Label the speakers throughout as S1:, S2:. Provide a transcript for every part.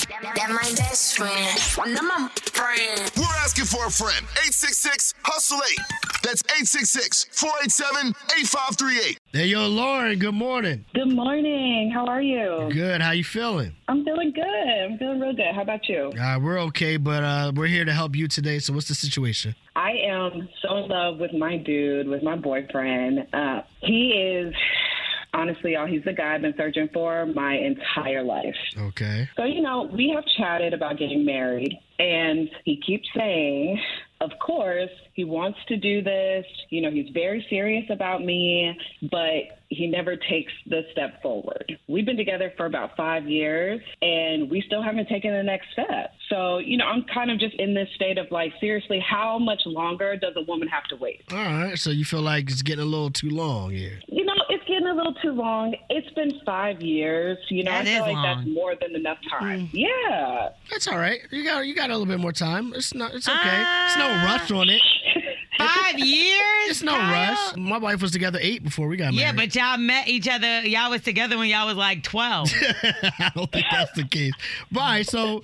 S1: That my best friend. That my friend.
S2: We're asking for a friend. 866 Hustle 8. That's 866 487 8538.
S3: There yo, Lauren. Good morning.
S4: Good morning. How are you?
S3: Good. How you feeling?
S4: I'm feeling good. I'm feeling real good. How about you?
S3: Uh, we're okay, but uh, we're here to help you today. So what's the situation?
S4: I am so in love with my dude, with my boyfriend. Uh, he is honestly, y'all, he's the guy I've been searching for my entire life.
S3: Okay.
S4: So, you know, we have chatted about getting married, and he keeps saying, of course, he wants to do this. You know, he's very serious about me, but he never takes the step forward. We've been together for about five years, and we still haven't taken the next step. So, you know, I'm kind of just in this state of like, seriously, how much longer does a woman have to wait?
S3: All right. So you feel like it's getting a little too long here.
S4: You know, it's getting a little too long. It's been five years. You know,
S5: That
S4: I
S5: is
S4: feel like that's
S5: long. Mm.
S4: more than enough time. Yeah.
S3: That's all right. You got you got a little bit more time. It's not. It's okay. it's no
S5: Ah.
S3: rush on it.
S5: Five years?
S3: It's no
S5: Kyle?
S3: rush. My wife was together eight before we got
S5: Yeah,
S3: married.
S5: but y'all met each other. Y'all was together when y'all was like 12.
S3: I don't think that's the case. But all right, so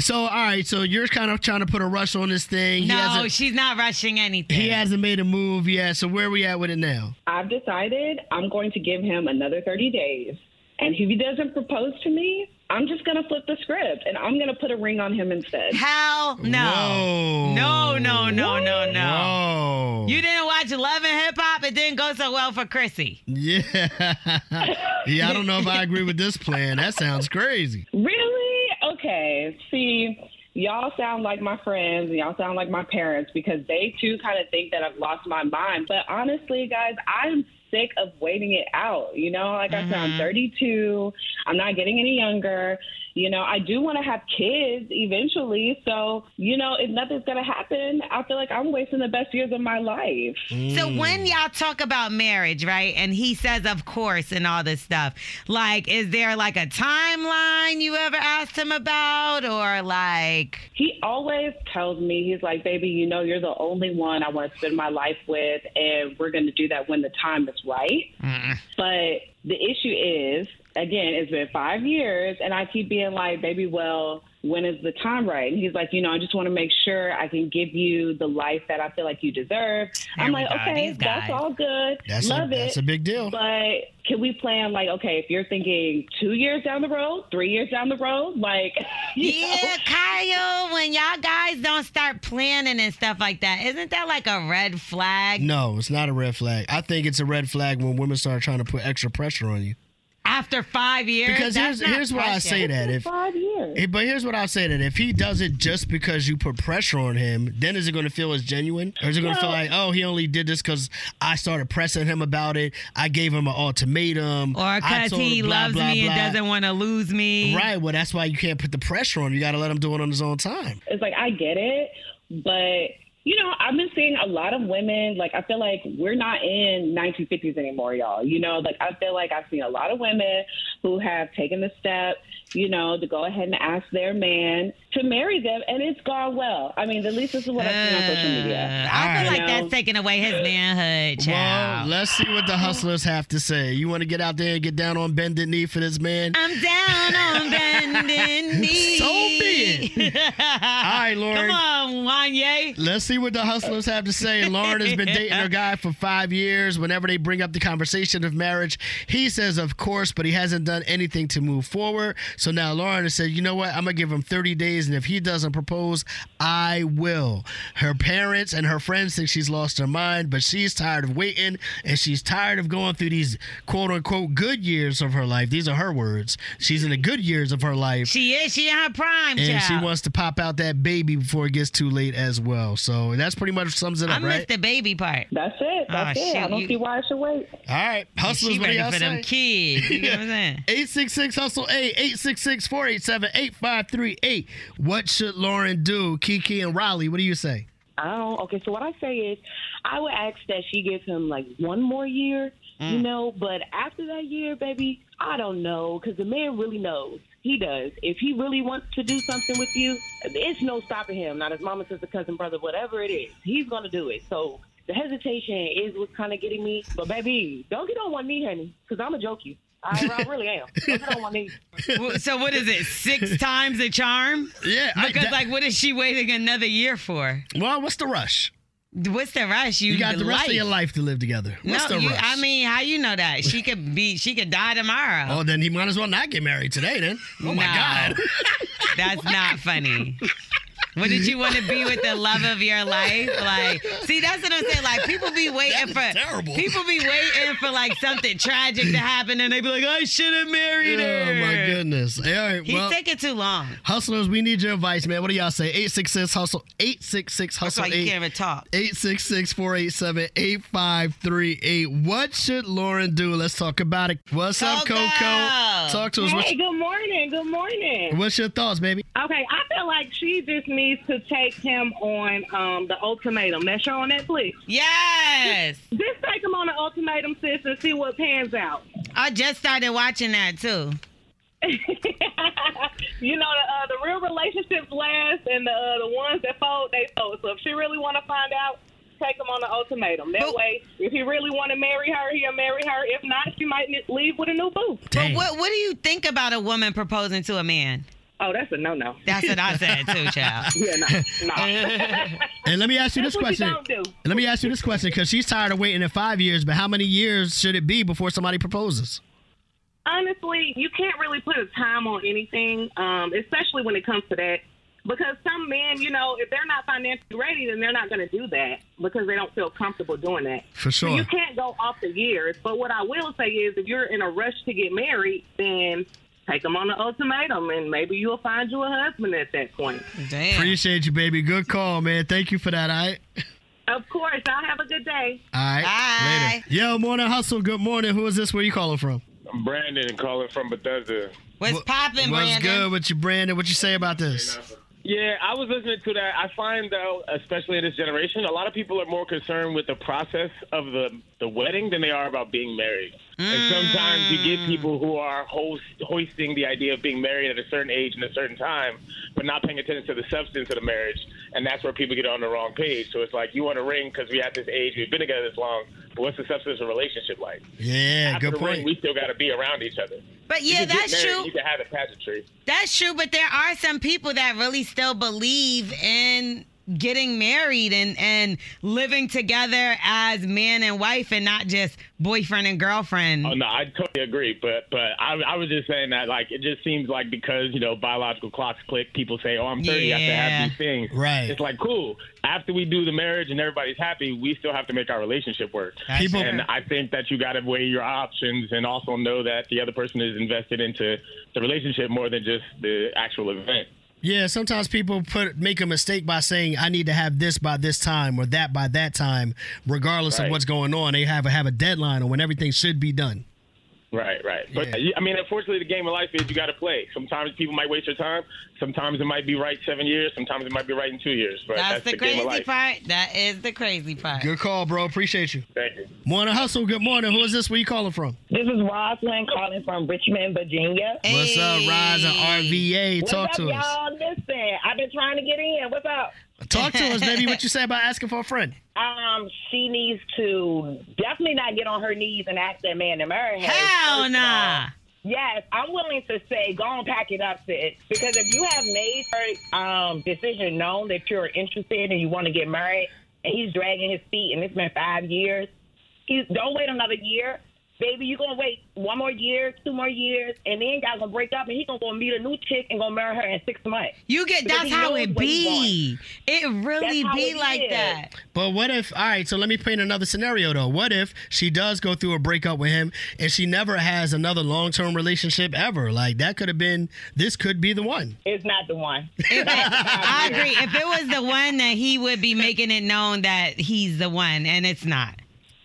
S3: so all right, so you're kind of trying to put a rush on this thing. he
S5: no,
S3: hasn't,
S5: she's not rushing anything.
S3: he hasn't made a move yet. So where are we at with it now?
S4: I've decided I'm going to give him another 30 days. And if he doesn't propose to me, I'm just going to flip the script and I'm going to put a ring on him instead.
S5: Hell no.
S3: Whoa.
S5: No, no, no, no, no.
S3: Whoa.
S5: You didn't watch Love and Hip Hop. It didn't go so well for Chrissy.
S3: yeah. yeah, I don't know if I agree with this plan. That sounds crazy.
S4: Really? Okay. See, y'all sound like my friends and y'all sound like my parents because they too kind of think that I've lost my mind. But honestly, guys, I'm sick of waiting it out. You know, like I said, I'm 32. I'm not getting any younger. You know, I do want to have kids eventually. So, you know, if nothing's going to happen, I feel like I'm wasting the best years of my life.
S5: So
S3: Mm.
S5: when y'all talk about marriage, right? And he says, of course, and all this stuff. Like, is there like a timeline you ever asked him about? Or like,
S4: He always tells me, he's like, baby, you know, you're the only one I want to spend my life with, and we're going to do that when the time is right. But the issue is, again, it's been five years, and I keep being like, baby, well, when is the time right? And he's like, you know, I just want to make sure I can give you the life that I feel like you deserve. I'm
S5: There we
S4: like,
S5: go,
S4: okay,
S5: these
S4: that's
S5: guys.
S4: all good.
S3: That's
S4: Love
S3: a,
S4: it.
S3: that's a big deal.
S4: But can we plan like okay, if you're thinking two years down the road, three years down the road, like you know?
S5: yeah, Kyle, when y'all guys don't start planning and stuff like that, isn't that like a red flag?
S3: No, it's not a red flag. I think it's a red flag when women start trying to put extra pressure on you.
S5: After five years?
S3: Because
S5: That's
S3: here's
S5: not
S3: here's why I
S5: pressure.
S3: say that.
S4: It's
S3: If
S4: been five years.
S3: Hey, but here's what I'll say: that if he does it just because you put pressure on him, then is it going to feel as genuine, or is it going to feel like, oh, he only did this because I started pressing him about it, I gave him an ultimatum,
S5: Or
S3: I
S5: because
S3: told him
S5: he
S3: blah,
S5: loves
S3: blah,
S5: me
S3: blah.
S5: and doesn't want to lose me.
S3: Right. Well, that's why you can't put the pressure on. him. You got to let him do it on his own time.
S4: It's like I get it, but you know, I've been seeing a lot of women. Like I feel like we're not in 1950s anymore, y'all. You know, like I feel like I've seen a lot of women who have taken the step, you know, to go ahead and ask their man to marry them, and it's gone well. I mean, at least this is what I've seen on social media.
S5: Uh, I feel
S4: Alright.
S5: like that's taking away his manhood,
S3: Well,
S5: child.
S3: let's see what the hustlers have to say. You want to get out there and get down on bended knee for this man?
S5: I'm down on bending knee.
S3: So be All right, Lauren.
S5: Ah, Come on, Wanye.
S3: Let's see what the hustlers have to say. Lauren has been dating her guy for five years. Whenever they bring up the conversation of marriage, he says, of course, but he hasn't done anything to move forward. So now Lauren has said, you know what? I'm going to give him 30 days, and if he doesn't propose, I will. Her parents and her friends think she's lost her mind, but she's tired of waiting, and she's tired of going through these quote unquote good years of her life. These are her words. She's in the good years of her life.
S5: She is. She in her prime,
S3: And
S5: child.
S3: she wants to pop out that baby before it gets too late as well. So that's pretty much sums it
S5: I
S3: up,
S5: missed
S3: right?
S5: the baby part.
S4: That's it. That's
S5: Oh,
S4: it. I
S5: shoot,
S4: don't
S5: you-
S4: see why I should wait.
S3: All right. Hustlers,
S5: she
S3: what do
S5: ready
S3: y'all
S5: for
S3: say?
S5: them kids. You know what I'm saying?
S3: 866 Hustle 8, 866 487 8538. What should Lauren do? Kiki and Riley, what do you say?
S6: I don't. Okay, so what I say is, I would ask that she gives him like one more year, you know. But after that year, baby, I don't know, because the man really knows. He does. If he really wants to do something with you, it's no stopping him. Not his mama, sister, cousin, brother, whatever it is, he's gonna do it. So the hesitation is what's kind of getting me. But baby, don't get on one knee, honey, because I'ma joke you. I, I really am. I don't want to.
S5: Wh- So what is it? Six times the charm?
S3: Yeah, I-
S5: Because
S3: that-
S5: like, what is she waiting another year for?
S3: well, what's the rush?
S5: What's the rush?
S3: You got the rest of your life to live together. What's
S5: no,
S3: the
S5: you,
S3: rush?
S5: I mean, how you know that? She could be. She could die tomorrow.
S3: oh, then he might as well not get married today. Then, oh my
S5: No.
S3: God,
S5: That's not funny. What did you want to be with the love of your life? Like, see, that's what I'm saying. Like, people be waiting for
S3: That is terrible.
S5: people be waiting for like something tragic to happen, and they be like, I should have married
S3: oh
S5: her.
S3: my goodness. All right,
S5: He's
S3: well.
S5: taking too long.
S3: Hustlers, we need your advice, man. What do y'all say? 866 hustle 866
S5: That's
S3: hustle
S5: why you
S3: 8.
S5: can't even talk.
S3: 866-487-8538. What should Lauren do? Let's talk about it. What's up,
S5: Coco?
S3: Coco? Talk to us. What's,
S4: Hey, good morning. Good morning.
S3: what's your thoughts, baby?
S4: Okay, I feel like she just needs to take him on um, the ultimatum. That show on Netflix.
S5: Yes.
S4: Just take him on the ultimatum, sis, and see what pans out.
S5: I just started watching that too.
S4: you know, the, uh, the real relationships last, and the uh, the ones that fold, they fold. So if she really want to find out, take him on the ultimatum. That
S5: But-
S4: way, if he really want to marry her, he'll marry her. If not, she might ne- leave with a new boo.
S5: But
S3: Dang.
S5: what what do you think about a woman proposing to a man?
S4: Oh, that's a no no.
S5: That's what I said too, child.
S4: Yeah, no, no.
S3: And let me ask you this
S4: That's what you
S3: question.
S4: don't do.
S3: Let me ask you this question because she's tired of waiting in five years, but how many years should it be before somebody proposes?
S4: honestly, you can't really put a time on anything, um, especially when it comes to that. Because some men, you know, if they're not financially ready, then they're not going to do that because they don't feel comfortable doing that.
S3: For
S4: So
S3: sure.
S4: you can't go off the years. But what I will say is, if you're in a rush to get married, then take them on the ultimatum, and maybe you'll find you a husband at that point.
S5: Damn.
S3: Appreciate you, baby. Good call, man. Thank you for that. All right.
S4: Of course, y'all have a good day.
S3: All right.
S5: Bye.
S3: Later. Yo, morning hustle. Good morning. Who is this? Where you calling from?
S7: I'm Brandon calling from Bethesda.
S5: What's popping,
S3: What's
S5: Brandon?
S3: good with you, Brandon? What you say about this?
S7: Yeah, I was listening to that. I find out, especially in this generation, a lot of people are more concerned with the process of the the wedding than they are about being married.
S5: Mm.
S7: And sometimes you get people who are host, hoisting the idea of being married at a certain age and a certain time, but not paying attention to the substance of the marriage. And that's where people get on the wrong page. So it's like you want a ring because we at this age, we've been together this long. But what's the substance of the relationship like?
S3: Yeah,
S7: After
S3: good
S7: the ring,
S3: point.
S7: we still got to be around each other.
S5: But
S7: You
S5: yeah,
S7: can get
S5: that's
S7: married,
S5: true.
S7: You can have a pageantry.
S5: That's true, but there are some people that really still believe in getting married and and living together as man and wife and not just boyfriend and girlfriend.
S7: Oh no, I totally agree, but but I, I was just saying that like it just seems like because you know biological clocks click, people say, oh, I'm 30, I have to
S5: Yeah.
S7: have these things.
S3: Right.
S7: It's like cool. After we do the marriage and everybody's happy, we still have to make our relationship work.
S3: People-
S7: and I think that you got to weigh your options and also know that the other person is invested into the relationship more than just the actual event.
S3: Yeah, sometimes people put make a mistake by saying I need to have this by this time or that by that time, regardless of
S7: Right.
S3: what's going on. They have a, have a deadline on when everything should be done.
S7: Right, right. But I mean, unfortunately, the game of life is you got to play. Sometimes people might waste your time. Sometimes it might be right seven years. Sometimes it might be right in two years. But
S5: that's,
S7: that's,
S5: the,
S7: game
S5: crazy
S7: of life.
S5: part. That is the crazy part.
S3: Good call, bro. Appreciate you.
S7: Thank you.
S3: Morning hustle. Good morning. Who is this? Where you calling from?
S8: This is Rosalind calling from Richmond, Virginia.
S3: What's up,
S5: Hey.
S3: Rise and RVA?
S8: What's
S3: Talk
S8: up,
S3: to us.
S8: y'all? Listen, I've been trying to get in. What's up?
S3: Talk to us, baby. What you say about asking for a friend?
S8: Um, she needs to definitely not get on her knees and ask that man to marry her.
S5: Hell
S8: First of
S5: nah.
S8: all. Yes, I'm willing to say go and pack it up, sis. Because if you have made her um, decision known that you're interested and you want to get married, and he's dragging his feet, and it's been five years, he's don't wait another year. Baby, you're gonna wait one more year, two more years, and then y'all gonna break up, and he's gonna go meet a new chick and gonna marry her in six months.
S5: You get
S8: Because
S5: that's
S8: he
S5: how
S8: knows
S5: it
S8: what he
S5: be. It really
S8: That's how
S5: be
S8: it
S5: like
S8: is.
S5: that.
S3: But what if, all right, so let me paint another scenario though. What if she does go through a breakup with him and she never has another long term relationship ever? Like, that could have been, this could be the one.
S8: It's not the one.
S5: If it- I agree. If it was the one that he would be making it known that he's the one and it's not.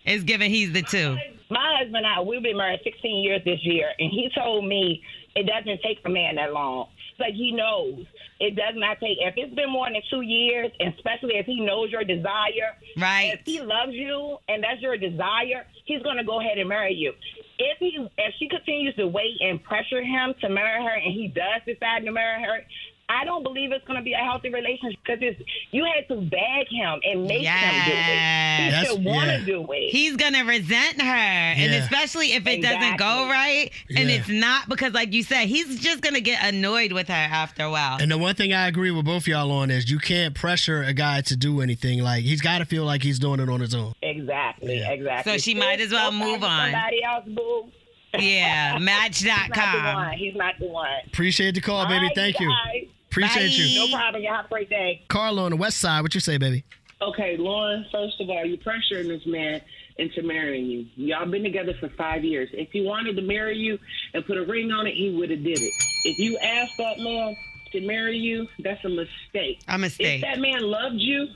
S5: It's given he's the two.
S8: My husband and I, we've been married 16 years this year, and he told me it doesn't take a man that long. It's like he knows it does not take. If it's been more than two years, and especially if he knows your desire,
S5: Right.
S8: If he loves you and that's your desire, he's gonna go ahead and marry you. If he, if she continues to wait and pressure him to marry her, and he does decide to marry her, I don't believe it's going to be a healthy relationship because it's you had to bag him and make him do it.
S5: Yes.
S8: He
S3: That's-
S8: should want to
S3: yeah.
S8: do it.
S5: He's gonna resent her, and
S3: Yeah.
S5: especially if it doesn't go
S8: Exactly.
S5: right, and
S3: Yeah.
S5: it's not because, like you said, he's just gonna get annoyed with her after a while.
S3: And the one thing I agree with both y'all on is you can't pressure a guy to do anything. Like he's got to feel like he's doing it on his own.
S8: exactly, exactly.
S5: So she might as well
S8: Don't find
S5: move on.
S8: Somebody else, boo.
S5: yeah,
S8: He's not the
S5: Match.com.
S8: one. He's not the one.
S3: Appreciate the call, baby.
S8: Bye,
S3: Thank you.
S8: guys.
S3: Appreciate
S5: Bye.
S3: you.
S8: No problem. Y'all have a great day.
S3: Carla on the west side. What you say, baby?
S4: Okay, Lauren, first of all, you're pressuring this man into marrying you. Y'all been together for five years. If he wanted to marry you and put a ring on it, he would have did it. If you asked that man to marry you, that's a mistake.
S5: A
S4: If
S5: mistake.
S4: that man loved you,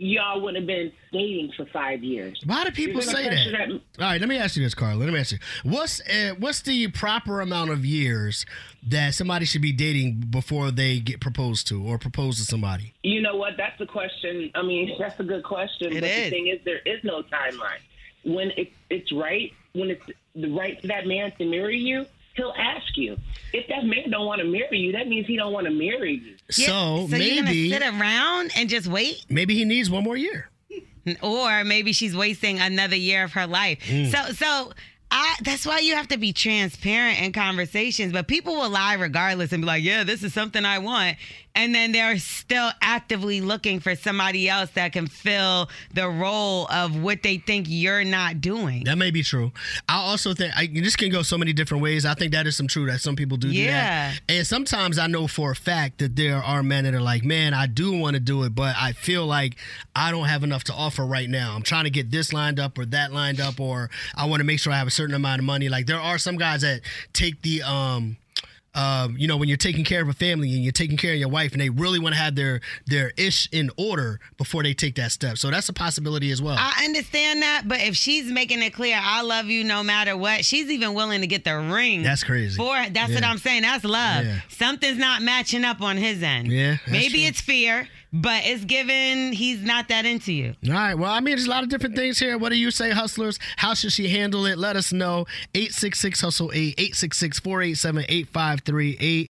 S4: y'all would have been dating for five years.
S3: Why do people
S4: You're
S3: say
S4: gonna
S3: that?
S4: pressure
S3: All right, let me ask you this, Carla. Let me ask you. What's uh, what's the proper amount of years that somebody should be dating before they get proposed to or propose to somebody?
S4: You know what? That's a question. I mean, that's a good question.
S5: It
S4: but
S5: is.
S4: the thing is, there is no timeline. When it, it's right, when it's the right for that man to marry you, he'll ask you. If that man don't want to marry you, that means he don't want to marry you.
S5: Yeah,
S3: so,
S5: you're
S3: maybe
S5: gonna sit around and just wait,
S3: maybe he needs one more year.
S5: or maybe she's wasting another year of her life. So, so. I, that's why you have to be transparent in conversations, but people will lie regardless and be like, "Yeah, this is something I want," and then they're still actively looking for somebody else that can fill the role of what they think you're not doing.
S3: That may be true. I also think I, this can go so many different ways. I think that is some true that some people do do
S5: Yeah.
S3: that. And sometimes I know for a fact that there are men that are like, man, I do want to do it, but I feel like I don't have enough to offer right now. I'm trying to get this lined up or that lined up, or I want to make sure I have a certain amount of money. Like there are some guys that take the um. Um, you know when you're taking care of a family and you're taking care of your wife and they really want to have their their ish in order before they take that step so that's a possibility as well
S5: I understand that, but if she's making it clear, I love you no matter what, she's even willing to get the ring.
S3: That's crazy.
S5: For that's what
S3: Yeah.
S5: I'm saying. That's love.
S3: Yeah.
S5: Something's not matching up on his end.
S3: Yeah, that's
S5: Maybe
S3: true.
S5: it's fear, but it's given he's not that into you.
S3: All right. Well, I mean, there's a lot of different things here. What do you say, hustlers? How should she handle it? Let us know. 866 Hustle 8, 866 487 8538.